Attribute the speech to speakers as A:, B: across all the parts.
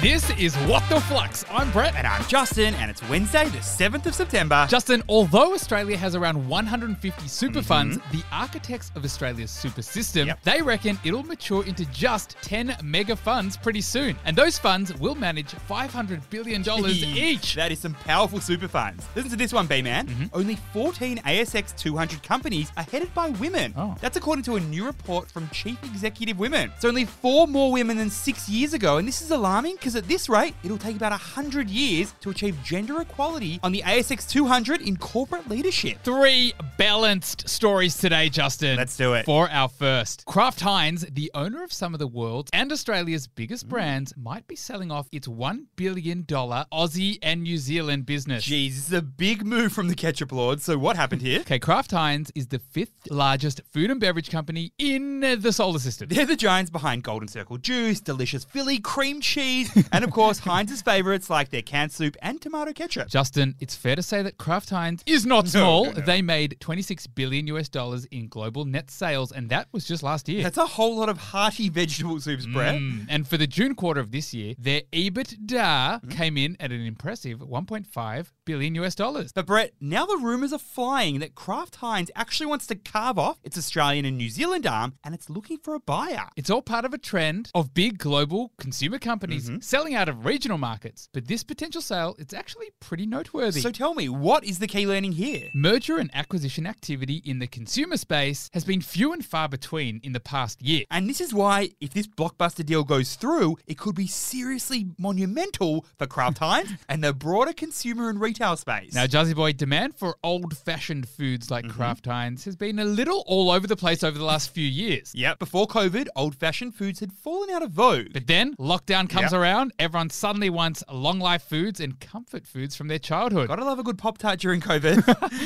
A: This is What the Flux. I'm Brett.
B: And I'm Justin, and it's Wednesday, the 7th of September.
A: Justin, although Australia has around 150 super funds, the architects of Australia's super system,
B: Mm-hmm. Yep.
A: they reckon it'll mature into just 10 mega funds pretty soon. And those funds will manage $500 billion each. Mm-hmm.
B: That is some powerful super funds. Listen to this one, B Man. Only 14 ASX 200 companies are headed by women.
A: Oh.
B: That's according to a new report from Chief Executive Women. It's only four more women than six years ago, and this is alarming because at this rate, it'll take about 100 years to achieve gender equality on the ASX 200 in corporate leadership.
A: Three balanced stories today, Justin.
B: Let's do it.
A: For our first, Kraft Heinz, the owner of some of the world's and Australia's
B: Mm.
A: biggest brands, might be selling off its $1 billion Aussie and New Zealand business.
B: Jeez, this is a big move from the ketchup lord. So what happened here?
A: Okay, Kraft Heinz is the fifth largest food and beverage company in the solar system.
B: They're the giants behind Golden Circle Juice, delicious Philly cream cheese, and of course Heinz's favorites like their canned soup and tomato ketchup.
A: Justin, it's fair to say that Kraft Heinz is not small. They made 26 billion US dollars in global net sales, and that was just last year.
B: That's a whole lot of hearty vegetable soups, Brett.
A: Mm, And for the June quarter of this year, their EBITDA
B: Mm-hmm.
A: came in at an impressive 1.5 billion US dollars.
B: But Brett, now the rumours are flying that Kraft Heinz actually wants to carve off its Australian and New Zealand arm, and it's looking for a buyer.
A: It's all part of a trend of big global consumer companies
B: Mm-hmm.
A: selling out of regional markets. But this potential sale, it's actually pretty noteworthy.
B: So tell me, what is the key learning here?
A: Merger and acquisition activity in the consumer space has been few and far between in the past year.
B: And this is why, if this blockbuster deal goes through, it could be seriously monumental for Kraft Heinz and the broader consumer and retail space.
A: Now, Jazzy Boy, demand for old fashioned foods like Kraft Heinz has been a little all over the place over the last few years.
B: Yep. Before COVID, old fashioned foods had fallen out of vogue.
A: But then lockdown comes
B: Yep.
A: around, everyone suddenly wants long life foods and comfort foods from their childhood.
B: Gotta love a good Pop Tart during COVID.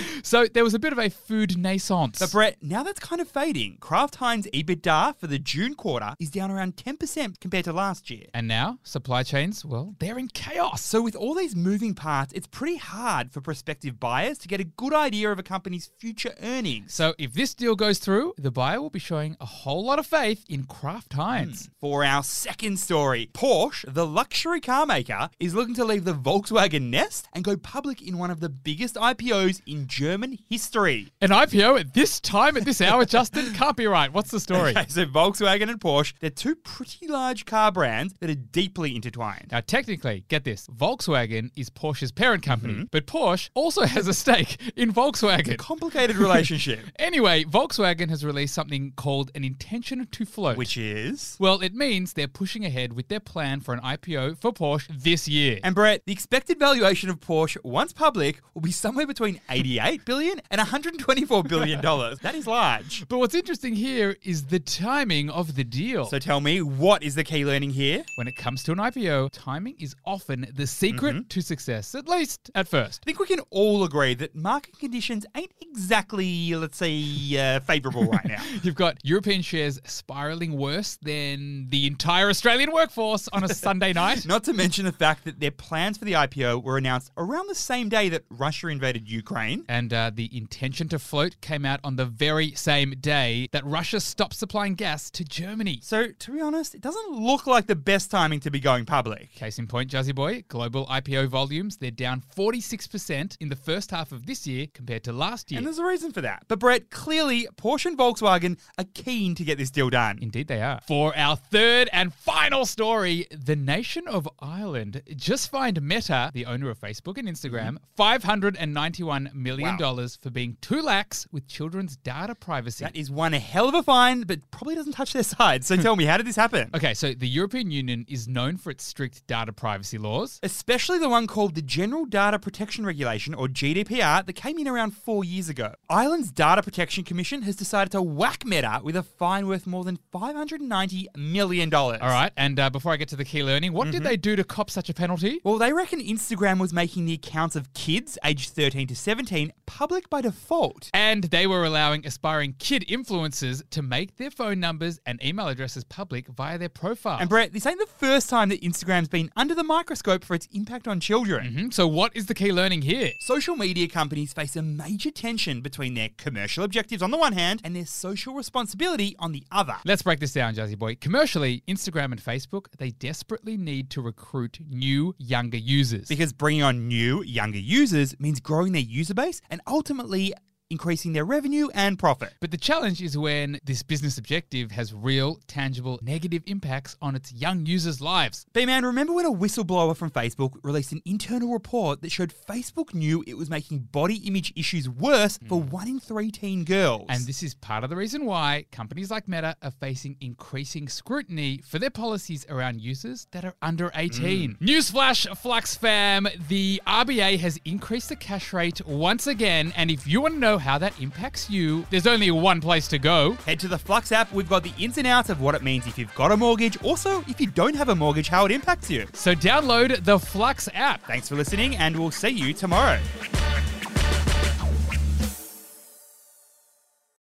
A: So there was a bit of a food naissance.
B: but Brett, now that's kind of fading. Kraft Heinz EBITDA for the June quarter is down around 10% compared to last year.
A: and now supply chains, well, they're in chaos.
B: So, with all these moving parts, it's pretty hard for prospective buyers to get a good idea of a company's future earnings.
A: So if this deal goes through, the buyer will be showing a whole lot of faith in Kraft Heinz.
B: For our second story, Porsche, the luxury car maker, is looking to leave the Volkswagen nest and go public in one of the biggest IPOs in German history.
A: An IPO at this time, at this hour, Justin? Can't be right. What's the story?
B: Okay, so Volkswagen and Porsche, they're two pretty large car brands that are deeply intertwined.
A: Now, technically, get this Volkswagen is Porsche's parent company,
B: Mm-hmm.
A: but Porsche also has a stake in Volkswagen.
B: Complicated relationship,
A: Anyway, Volkswagen has released something called an intention to float.
B: which is.
A: well, it means they're pushing ahead with their plan for an IPO for Porsche this year.
B: And Brett, the expected valuation of Porsche once public will be somewhere between 88 billion and 124 billion dollars. That is large.
A: but what's interesting here is the timing of the deal.
B: So tell me, what is the key learning here?
A: when it comes to an IPO, timing is often the secret
B: Mm-hmm.
A: to success, at least at first.
B: I think we can all agree that market conditions ain't exactly, let's say, uh, favourable right now.
A: You've got European shares spiraling worse than the entire Australian workforce on a Sunday night.
B: Not to mention the fact that their plans for the IPO were announced around the same day that Russia invaded Ukraine.
A: And uh, the intention to float came out on the very same day that Russia stopped supplying gas to Germany.
B: So, to be honest, it doesn't look like the best timing to be going public.
A: Case in point, Jazzy Boy, global IPO volumes, they're down 46% in the first half of this year compared to last year.
B: And there's a reason for that. But, Brett, clearly Porsche and Volkswagen are keen to get this deal done.
A: Indeed, they are. For our third and final story, the nation of Ireland just fined Meta, the owner of Facebook and
B: Mm-hmm.
A: Instagram, $591 million for being too lax with children's data privacy.
B: That is one hell of a fine, but probably doesn't touch their side. So, tell me, how did this happen?
A: okay, so the European Union is known for its strict data privacy laws.
B: Especially the one called the General Data Protection Regulation, or GDPR, that came in around four years ago. Ireland's Data Protection Commission has decided to whack Meta with a fine worth more than $590 million. All
A: All right, and uh, before I get to the key learning, what
B: Mm-hmm.
A: did they do to cop such a penalty?
B: Well, they reckon Instagram was making the accounts of kids aged 13 to 17 public by default.
A: And they were allowing aspiring kid influencers to make their phone numbers and email addresses public via their profile.
B: And Brett, this ain't the first time that Instagram's been under the microscope for its impact on children.
A: Mhm, so, what is the key learning here?
B: Social media companies face a major tension between their commercial objectives on the one hand and their social responsibility on the other.
A: Let's break this down, Jazzy Boy. Commercially, Instagram and Facebook, they desperately desperately need to recruit new, younger users.
B: Because bringing on new, younger users means growing their user base and ultimately increasing their revenue and profit.
A: But the challenge is when this business objective has real, tangible, negative impacts on its young users' lives.
B: But man, remember when a whistleblower from Facebook released an internal report that showed Facebook knew it was making body image issues worse for one in three teen girls?
A: Hmm. And this is part of the reason why companies like Meta are facing increasing scrutiny for their policies around users that are under 18. Newsflash, Flux fam, the RBA has increased the cash rate once again. And if you want to know how that impacts you, there's only one place to go.
B: Head to the Flux app. We've got the ins and outs of what it means if you've got a mortgage. Also, if you don't have a mortgage, how it impacts you.
A: So download the Flux app.
B: Thanks for listening, and we'll see you tomorrow.